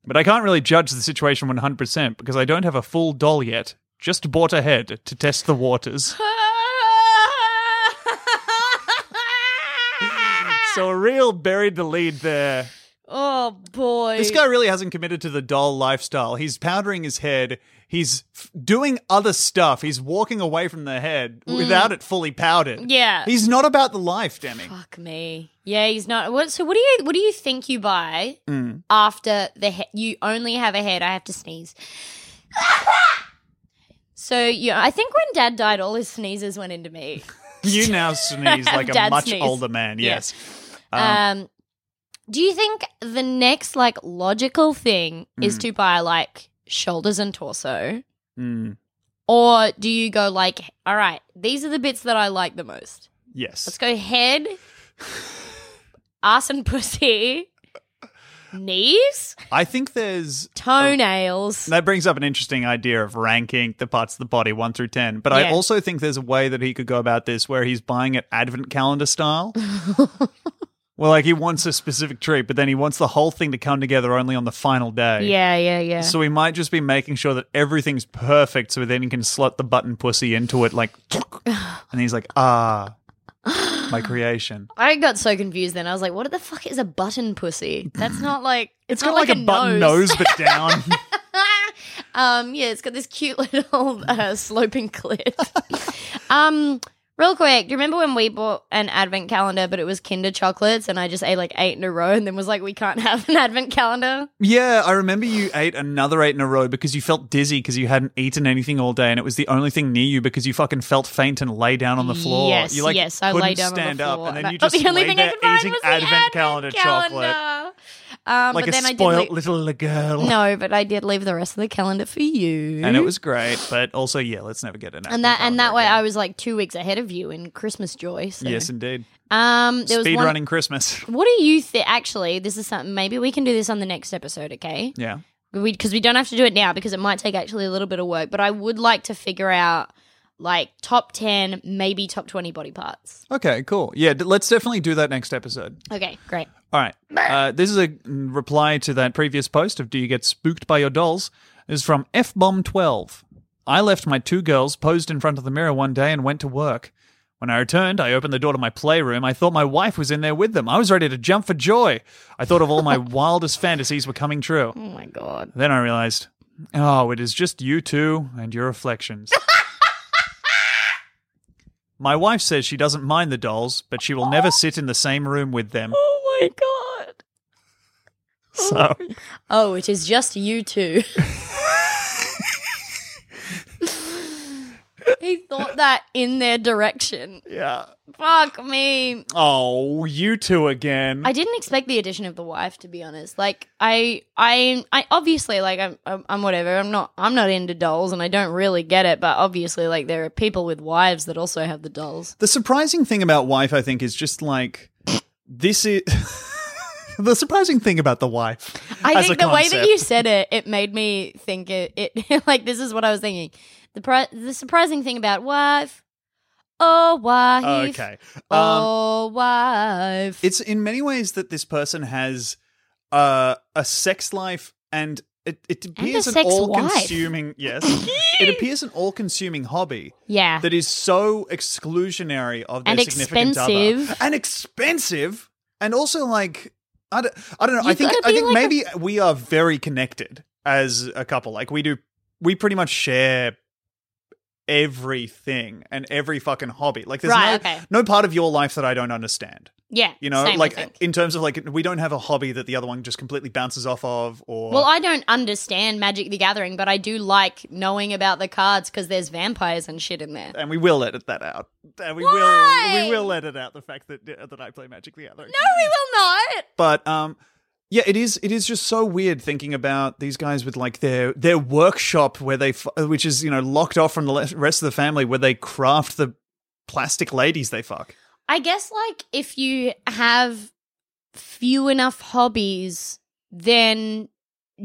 But I can't really judge the situation 100% because I don't have a full doll yet. Just bought a head to test the waters. So real buried the lead there.
oh boy.
This guy really hasn't committed to the doll lifestyle. He's powdering his head. He's f- doing other stuff. He's walking away from the head without it fully powdered.
Yeah.
He's not about the life, Demi.
Fuck me. Yeah, he's not. What, so what do you what do you think you buy
Mm.
after the he- you only have a head? I have to sneeze. so you, I think when Dad died, all his sneezes went into me.
You now sneeze like a
Dad
much
sneezed.
older man. Yes.
Um, do you think the next like logical thing
Hmm.
is to buy like shoulders and torso,
Mm.
or do you go like, all right, these are the bits that I like the most. Let's
Yes.
go head, ass and pussy, knees,
I think there's.
toenails.
That brings up an interesting idea of ranking the parts of the body one through 10. But I
Yeah.
also think there's a way that he could go about this where he's buying it advent calendar style. well, like he wants a specific treat, but then he wants the whole thing to come together only on the final day.
Yeah, yeah, yeah.
So we might just be making sure that everything's perfect so then he can slot the button pussy into it like and he's like, ah, my creation.
I got so confused then. I was like, what the fuck is a button pussy? That's not like
It's
not
got like, a, button nose, but down.
um, yeah, it's got this cute little uh, sloping clit. um, Real quick, do you remember when we bought an advent calendar, but it was Kinder chocolates, and I just ate like eight in a row, and then was like, we can't have an advent calendar.
Yeah, I remember you ate another eight in a row because you felt dizzy because you hadn't eaten anything all day, and it was the only thing near you because you fucking felt faint and lay down on the floor.
Yes,
you like
yes, I
couldn't
lay down on the
stand
floor,
up, and
I-
then you
oh,
just
the only
lay
thing
there
I could find
eating
was the
advent,
advent
calendar chocolate
calendar. Um,
like
but
a
then I did.
spoilt
leave-
little girl.
no, but I did leave the rest of the calendar for you.
And it was great, but also yeah, let's never get an
and that and that way I was like two weeks ahead of you in Christmas joy. So.
Yes, indeed.
Um, there was
Speed
one-
running Christmas.
What do you think? Actually, this is something. Maybe we can do this on the next episode, okay?
Yeah.
We because we don't have to do it now because it might take actually a little bit of work. But I would like to figure out like top ten, maybe top twenty body parts.
Okay, cool. Yeah, d- let's definitely do that next episode.
Okay, great.
All right. Uh, this is a reply to that previous post of Do You Get Spooked by Your Dolls? This is from F Bomb 12. I left my two girls posed in front of the mirror one day and went to work. When I returned, I opened the door to my playroom. I thought my wife was in there with them. I was ready to jump for joy. I thought of all my wildest fantasies were coming true.
Oh my god.
Then I realized, oh, it is just you two and your reflections. My wife says she doesn't mind the dolls, but she will never sit in the same room with them.
Oh my god.
So
Oh, it is just you two. he thought that in their direction.
Yeah.
Fuck me.
Oh, you two again.
I didn't expect the addition of the wife, to be honest. Like, I, I, I obviously like I'm, I'm, I'm whatever. I'm not, I'm not into dolls, and I don't really get it. But obviously, like there are people with wives that also have the dolls.
the surprising thing about wife, I think, is just like this is the surprising thing about the wife.
I
as
think
a
the way that
concept.
you said it, it made me think it. it like this is what I was thinking. The pri- the surprising thing about wife, oh wife,
Okay. Um,
oh wife.
It's in many ways that this person has uh, a sex life and it, it appears an
sex wife.
all consuming yes. it appears an all consuming hobby
yeah,
that is so exclusionary of their
And
significant
expensive.
other. And expensive. And also like I don't, I don't know. I
You've
think
gotta
I
be
think
like a-
maybe we are very connected as a couple. Like we do we pretty much share everything and every fucking hobby. Like there's
Right,
no
okay.
no part of your life that I don't understand.
yeah.
You know,
same, I
like
think.
in terms of like we don't have a hobby that the other one just completely bounces off of, or
Well, I don't understand Magic the Gathering, but I do like knowing about the cards because there's vampires and shit in there.
and we will edit that out. And we
Why?
will we will edit out the fact that that I play Magic the Gathering.
No, we will not.
But um, yeah, it is it is just so weird thinking about these guys with like their their workshop where they fu- which is you know locked off from the le- rest of the family where they craft the plastic ladies they fuck.
I guess, like, if you have few enough hobbies, then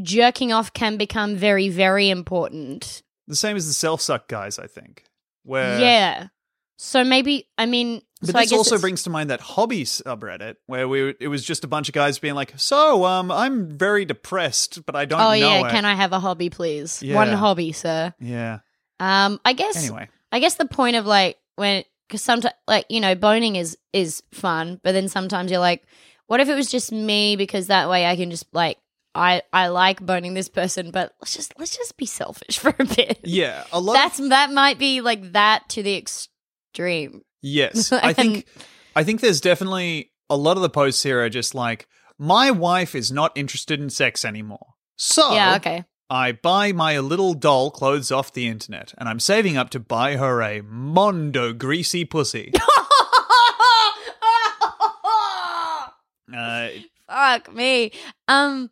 jerking off can become very, very important.
The same as the self suck guys, I think. Where
yeah. So maybe, I mean,
But
so I
this
guess
also
it's-
brings to mind that hobby subreddit where we it was just a bunch of guys being like, "So, um, I'm very depressed, but I don't
Oh
know
yeah,
it."
can I have a hobby, please?
Yeah.
One hobby, sir.
yeah.
Um, I guess.
Anyway,
I guess the point of like when because sometimes like you know boning is is fun, but then sometimes you're like, what if it was just me? Because that way I can just like I I like boning this person, but let's just let's just be selfish for a bit.
yeah, a lot. of-
That's that might be like that to the extreme.
yes, I think I think there's definitely a lot of the posts here are just like, "My wife is not interested in sex anymore." So
Yeah. Okay.
I buy my little doll clothes off the internet, and I'm saving up to buy her a mondo greasy pussy.
Oh!
uh,
Fuck me. Um,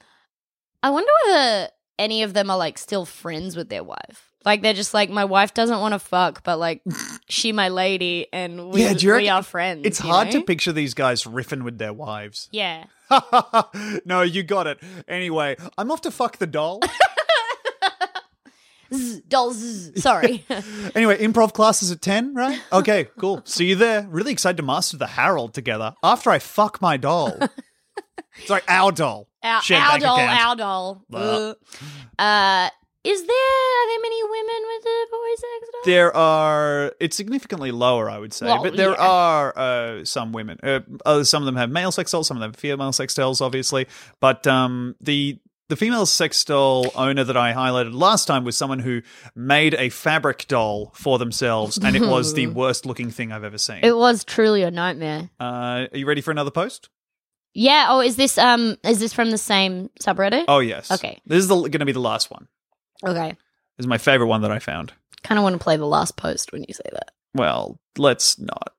I wonder whether any of them are like still friends with their wife. Like they're just like my wife doesn't want to fuck, but like she my lady and we
Yeah, do you
we
reckon-
are friends.
it's
you
hard
know?
to picture these guys riffing with their wives.
Yeah.
no, you got it. Anyway, I'm off to fuck the doll.
Zzz, dolls. zzz. Sorry.
anyway, improv class is at 10, right? Okay, cool. See you there. Really excited to master the Harold together after I fuck my doll. Sorry, our doll.
our,
Shared
our
bank
doll.
account.
Our doll.
Well.
Ugh. Uh, is there are there many women with the boy sex doll?
There are, it's significantly lower, I would say,
Well,
but there
yeah.
are uh, some women. Uh, uh, some of them have male sex dolls, some of them have female sex dolls, obviously. But um, the the female sex doll owner that I highlighted last time was someone who made a fabric doll for themselves, and it was the worst looking thing I've ever seen.
It was truly a nightmare.
Uh, are you ready for another post?
Yeah. Oh, is this um is this from the same subreddit?
Oh yes.
Okay.
This is going to be the last one. Oh.
Okay.
This is my favorite one that I found.
Kind of want to play the last post when you say that.
Well, let's not,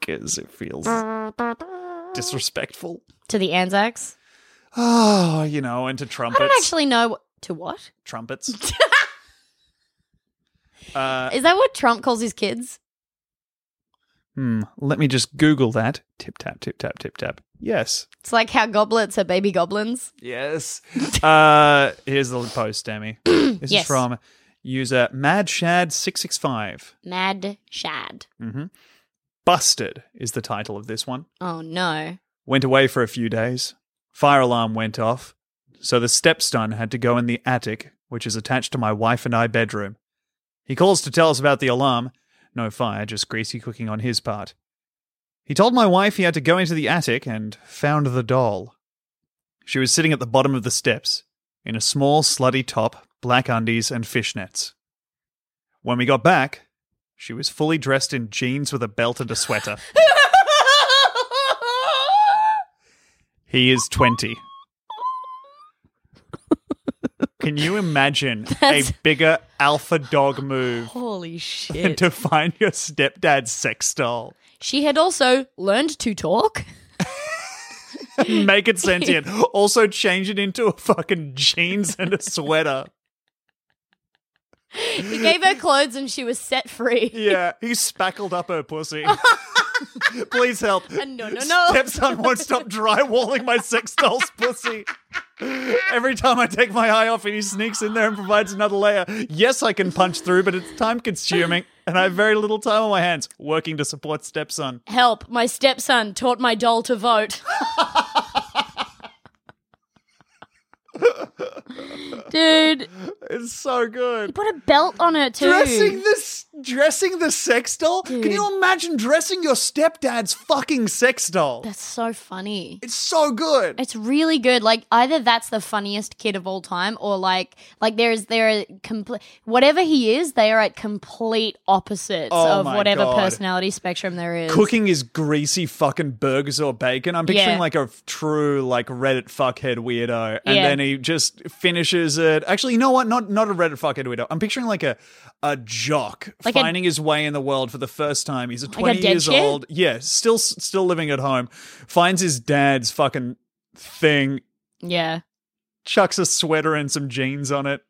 because it feels disrespectful.
To the Anzacs.
Oh, you know, and to
I
trumpets,
don't actually know what, to what.
trumpets. uh,
Is that what Trump calls his kids?
hmm. Let me just Google that. Tip tap, tip tap, tip tap. Yes.
It's like how goblets are baby goblins.
Yes. uh, here's the post, Demi. This
Yes.
is from user madshad665.
Mad Shad.
Mm-hmm. Busted is the title of this one.
Oh no.
Went away for a few days. Fire alarm went off. So the stepson had to go in the attic, which is attached to my wife and I bedroom. He calls to tell us about the alarm. No fire, just greasy cooking on his part. He told my wife he had to go into the attic and found the doll. She was sitting at the bottom of the steps, in a small, slutty top, black undies, and fishnets. When we got back, she was fully dressed in jeans with a belt and a sweater. He is 20. Can you imagine
That's-
a bigger alpha dog move
Holy
than
shit.
to find your stepdad's sex doll?
she had also learned to talk.
Make it sentient. also change it into a fucking jeans and a sweater.
He gave her clothes and she was set free.
Yeah, he spackled up her pussy. Please help.
no, no, no.
Stepson won't stop drywalling my sex doll's pussy. Every time I take my eye off it, he sneaks in there and provides another layer. Yes, I can punch through, but it's time consuming, and I have very little time on my hands working to support stepson.
Help, my stepson taught my doll to vote. Dude,
It's so good.
put a belt on her too.
Dressing this, dressing the sex doll. Can
Dude.
you imagine dressing your stepdad's fucking sex doll?
That's so funny.
It's so good.
It's really good. Like either that's the funniest kid of all time, or like like there is there are complete whatever he is, they are at complete opposites
Oh
of
my
whatever
God.
personality spectrum there is.
Cooking is greasy fucking burgers or bacon. I'm picturing
Yeah.
like a f- true like Reddit fuckhead weirdo, and
Yeah.
then he just finishes it. Actually, you know what? Not not a Reddit fuckhead weirdo. I'm picturing like a a jock
Like a-
finding his way in the world for the first time. He's a 20
dead
years
kid?
old. Yeah, still s- still living at home. Finds his dad's fucking thing.
Yeah.
Chucks a sweater and some jeans on it.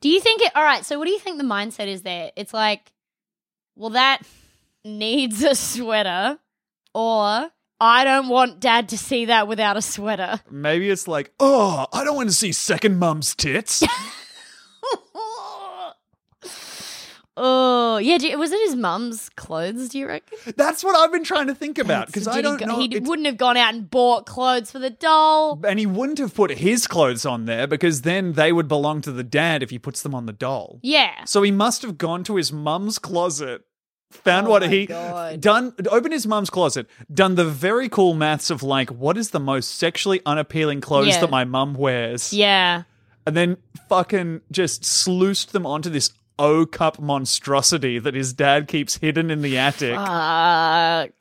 Do you think it? All right. So what do you think the mindset is there? It's like, well, that needs a sweater, or I don't want dad to see that without a sweater.
Maybe it's like, oh, I don't want to see second mum's tits.
oh yeah. Do, you- was it his mum's clothes? Do you reckon?
That's what I've been trying to think about because I
Did
don't
he, go-
know.
He
it's-
wouldn't have gone out and bought clothes for the doll.
And he wouldn't have put his clothes on there because then they would belong to the dad if he puts them on the doll.
Yeah.
So he must have gone to his mum's closet, found
Oh
what
my
he
God.
done, opened his mum's closet, done the very cool maths of like, what is the most sexually unappealing clothes
Yeah.
that my mum wears?
Yeah.
And then fucking just sluiced them onto this O cup monstrosity that his dad keeps hidden in the attic.
Fuck.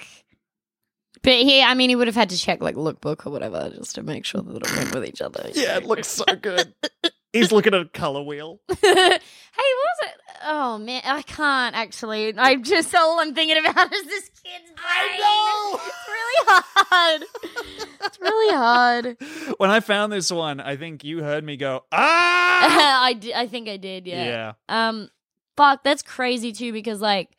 But he, I mean, he would have had to check like lookbook or whatever just to make sure that it went with each other.
Yeah, it looks so good. He's looking at a color wheel.
hey, what was it? Oh man, I can't actually. I'm just all I'm thinking about is this kid's brain.
I know!
It's really hard. it's really hard.
When I found this one, I think you heard me go, ah!
I, d- I think I did.
Yeah.
Um, fuck, that's crazy too because like,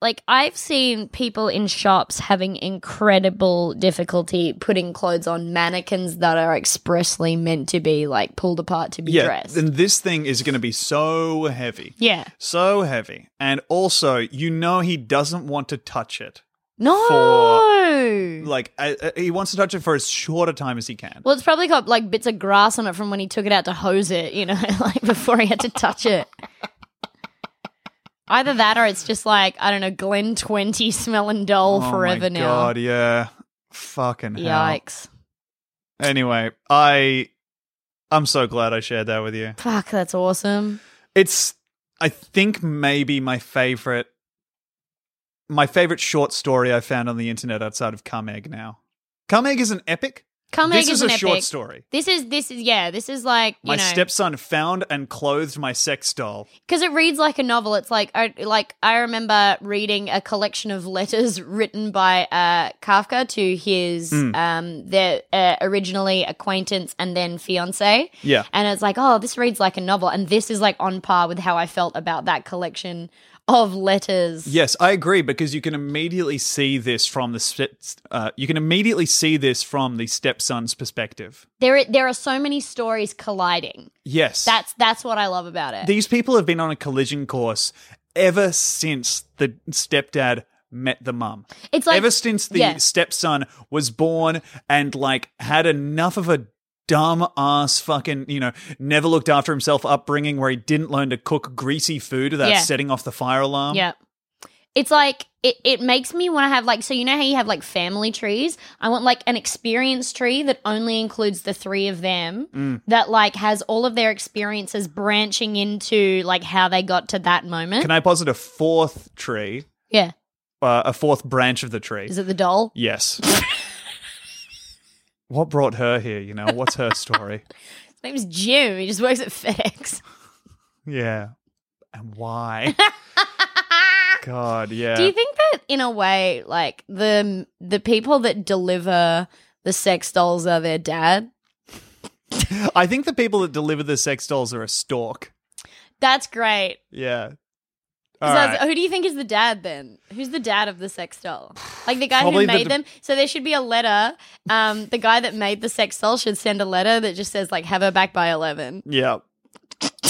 like I've seen people in shops having incredible difficulty putting clothes on mannequins that are expressly meant to be like pulled apart to be dressed.
And this thing is going to be so heavy.
yeah.
So heavy. And also, you know, he doesn't want to touch it.
No.
Like, I, I- he wants to touch it for as short a time as he can.
well, it's probably got like bits of grass on it from when he took it out to hose it, you know, like before he had to touch it. Either that or it's just like, I don't know, Glen 20 smelling doll
Oh
forever
my
now.
God, yeah. Fucking hell.
Yikes.
Anyway, I I'm so glad I shared that with you.
Fuck, that's awesome.
It's I think maybe my favorite my favorite short story I found on the internet outside of Cum Egg now. Cum Egg is an epic.
Come
this
Egg
is
an
a
epic.
short story.
This is this is yeah. This is like you
My
know
stepson found and clothed my sex doll.
because it reads like a novel. It's like I, like I remember reading a collection of letters written by uh, Kafka to his
Hmm.
um their uh, originally acquaintance and then fiance.
Yeah.
and it's like oh, this reads like a novel, and this is like on par with how I felt about that collection of letters.
Yes, I agree because you can immediately see this from the step- uh, you can immediately see this from the stepson's perspective.
There there are so many stories colliding.
Yes,
That's that's what I love about it.
these people have been on a collision course ever since the stepdad met the mum.
it's like
ever since the
yeah.
stepson was born and like had enough of a dumb ass fucking you know never looked after himself upbringing where he didn't learn to cook greasy food without
Yeah.
setting off the fire alarm
Yeah. It's like it, it makes me want to have like so you know how you have like family trees? I want like an experience tree that only includes the three of them
Mm.
that like has all of their experiences branching into like how they got to that moment.
can i posit a fourth tree
yeah.
uh, a fourth branch of the tree
Is it the doll?
yes what brought her here you know what's her story
His name's Jim. He just works at FedEx.
yeah and why god yeah
Do you think that in a way like the the people that deliver the sex dolls are their dad?
i think the people that deliver the sex dolls are a stork
That's great.
yeah All
So I was-
right.
Who do you think is the dad then? Who's the dad of the sex doll? Like the guy
Probably
who
the
made
d-
them. So there should be a letter. Um, the guy that made the sex doll should send a letter that just says like, "Have her back by 11.
yeah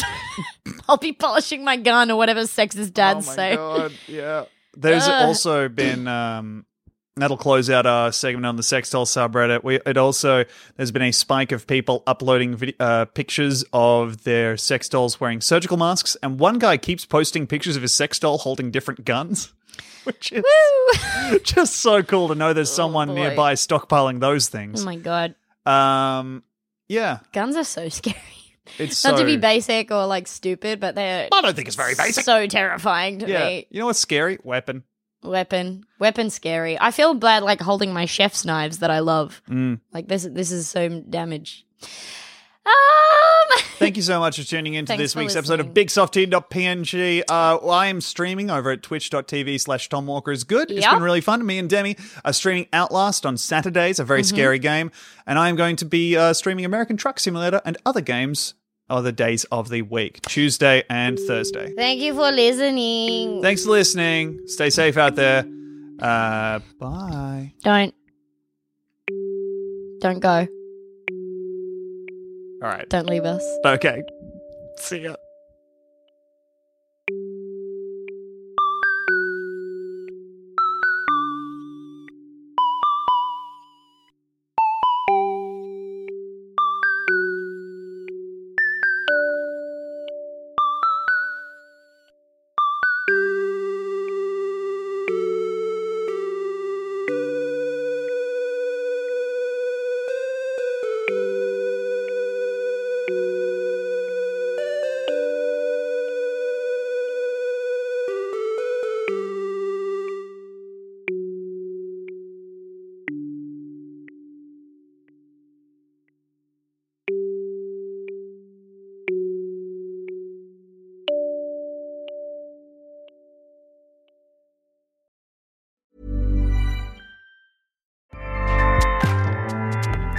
I'll be polishing my gun or whatever sex his dad's
oh my
say.
god, yeah. There's
Ugh.
also been um that'll close out our segment on the sextile subreddit. We it also there's been a spike of people uploading vid- uh, pictures of their sex dolls wearing surgical masks, and one guy keeps posting pictures of his sex doll holding different guns. Which is
Oh
just so cool to know there's someone
boy.
nearby stockpiling those
oh
things.
my god,
Um, yeah,
guns are so scary.
it's
Not
so,
to be basic or like stupid, but they're
I don't think it's very basic.
so terrifying to
yeah,
me.
you know what's scary? Weapon.
Weapon, weapon, scary. I feel bad like holding my chef's knives that I love.
Mm.
Like this, this is so damage. Um.
Thank you so much for tuning in to
Thanks
this
for
week's episode of
listening.
BigSoftTeam.png. Uh, well, I am streaming over at twitch.tv slash Tom Walker is good. It's
Yep.
been really fun. Me and Demi are streaming Outlast on Saturdays, a very
Mm-hmm.
scary game. And I'm going to be uh, streaming American Truck Simulator and other games other days of the week, Tuesday and Thursday.
Thank you for listening.
Thanks for listening. Stay safe out there. Uh, bye.
Don't. Don't go.
All right.
Don't leave us.
Okay. See ya.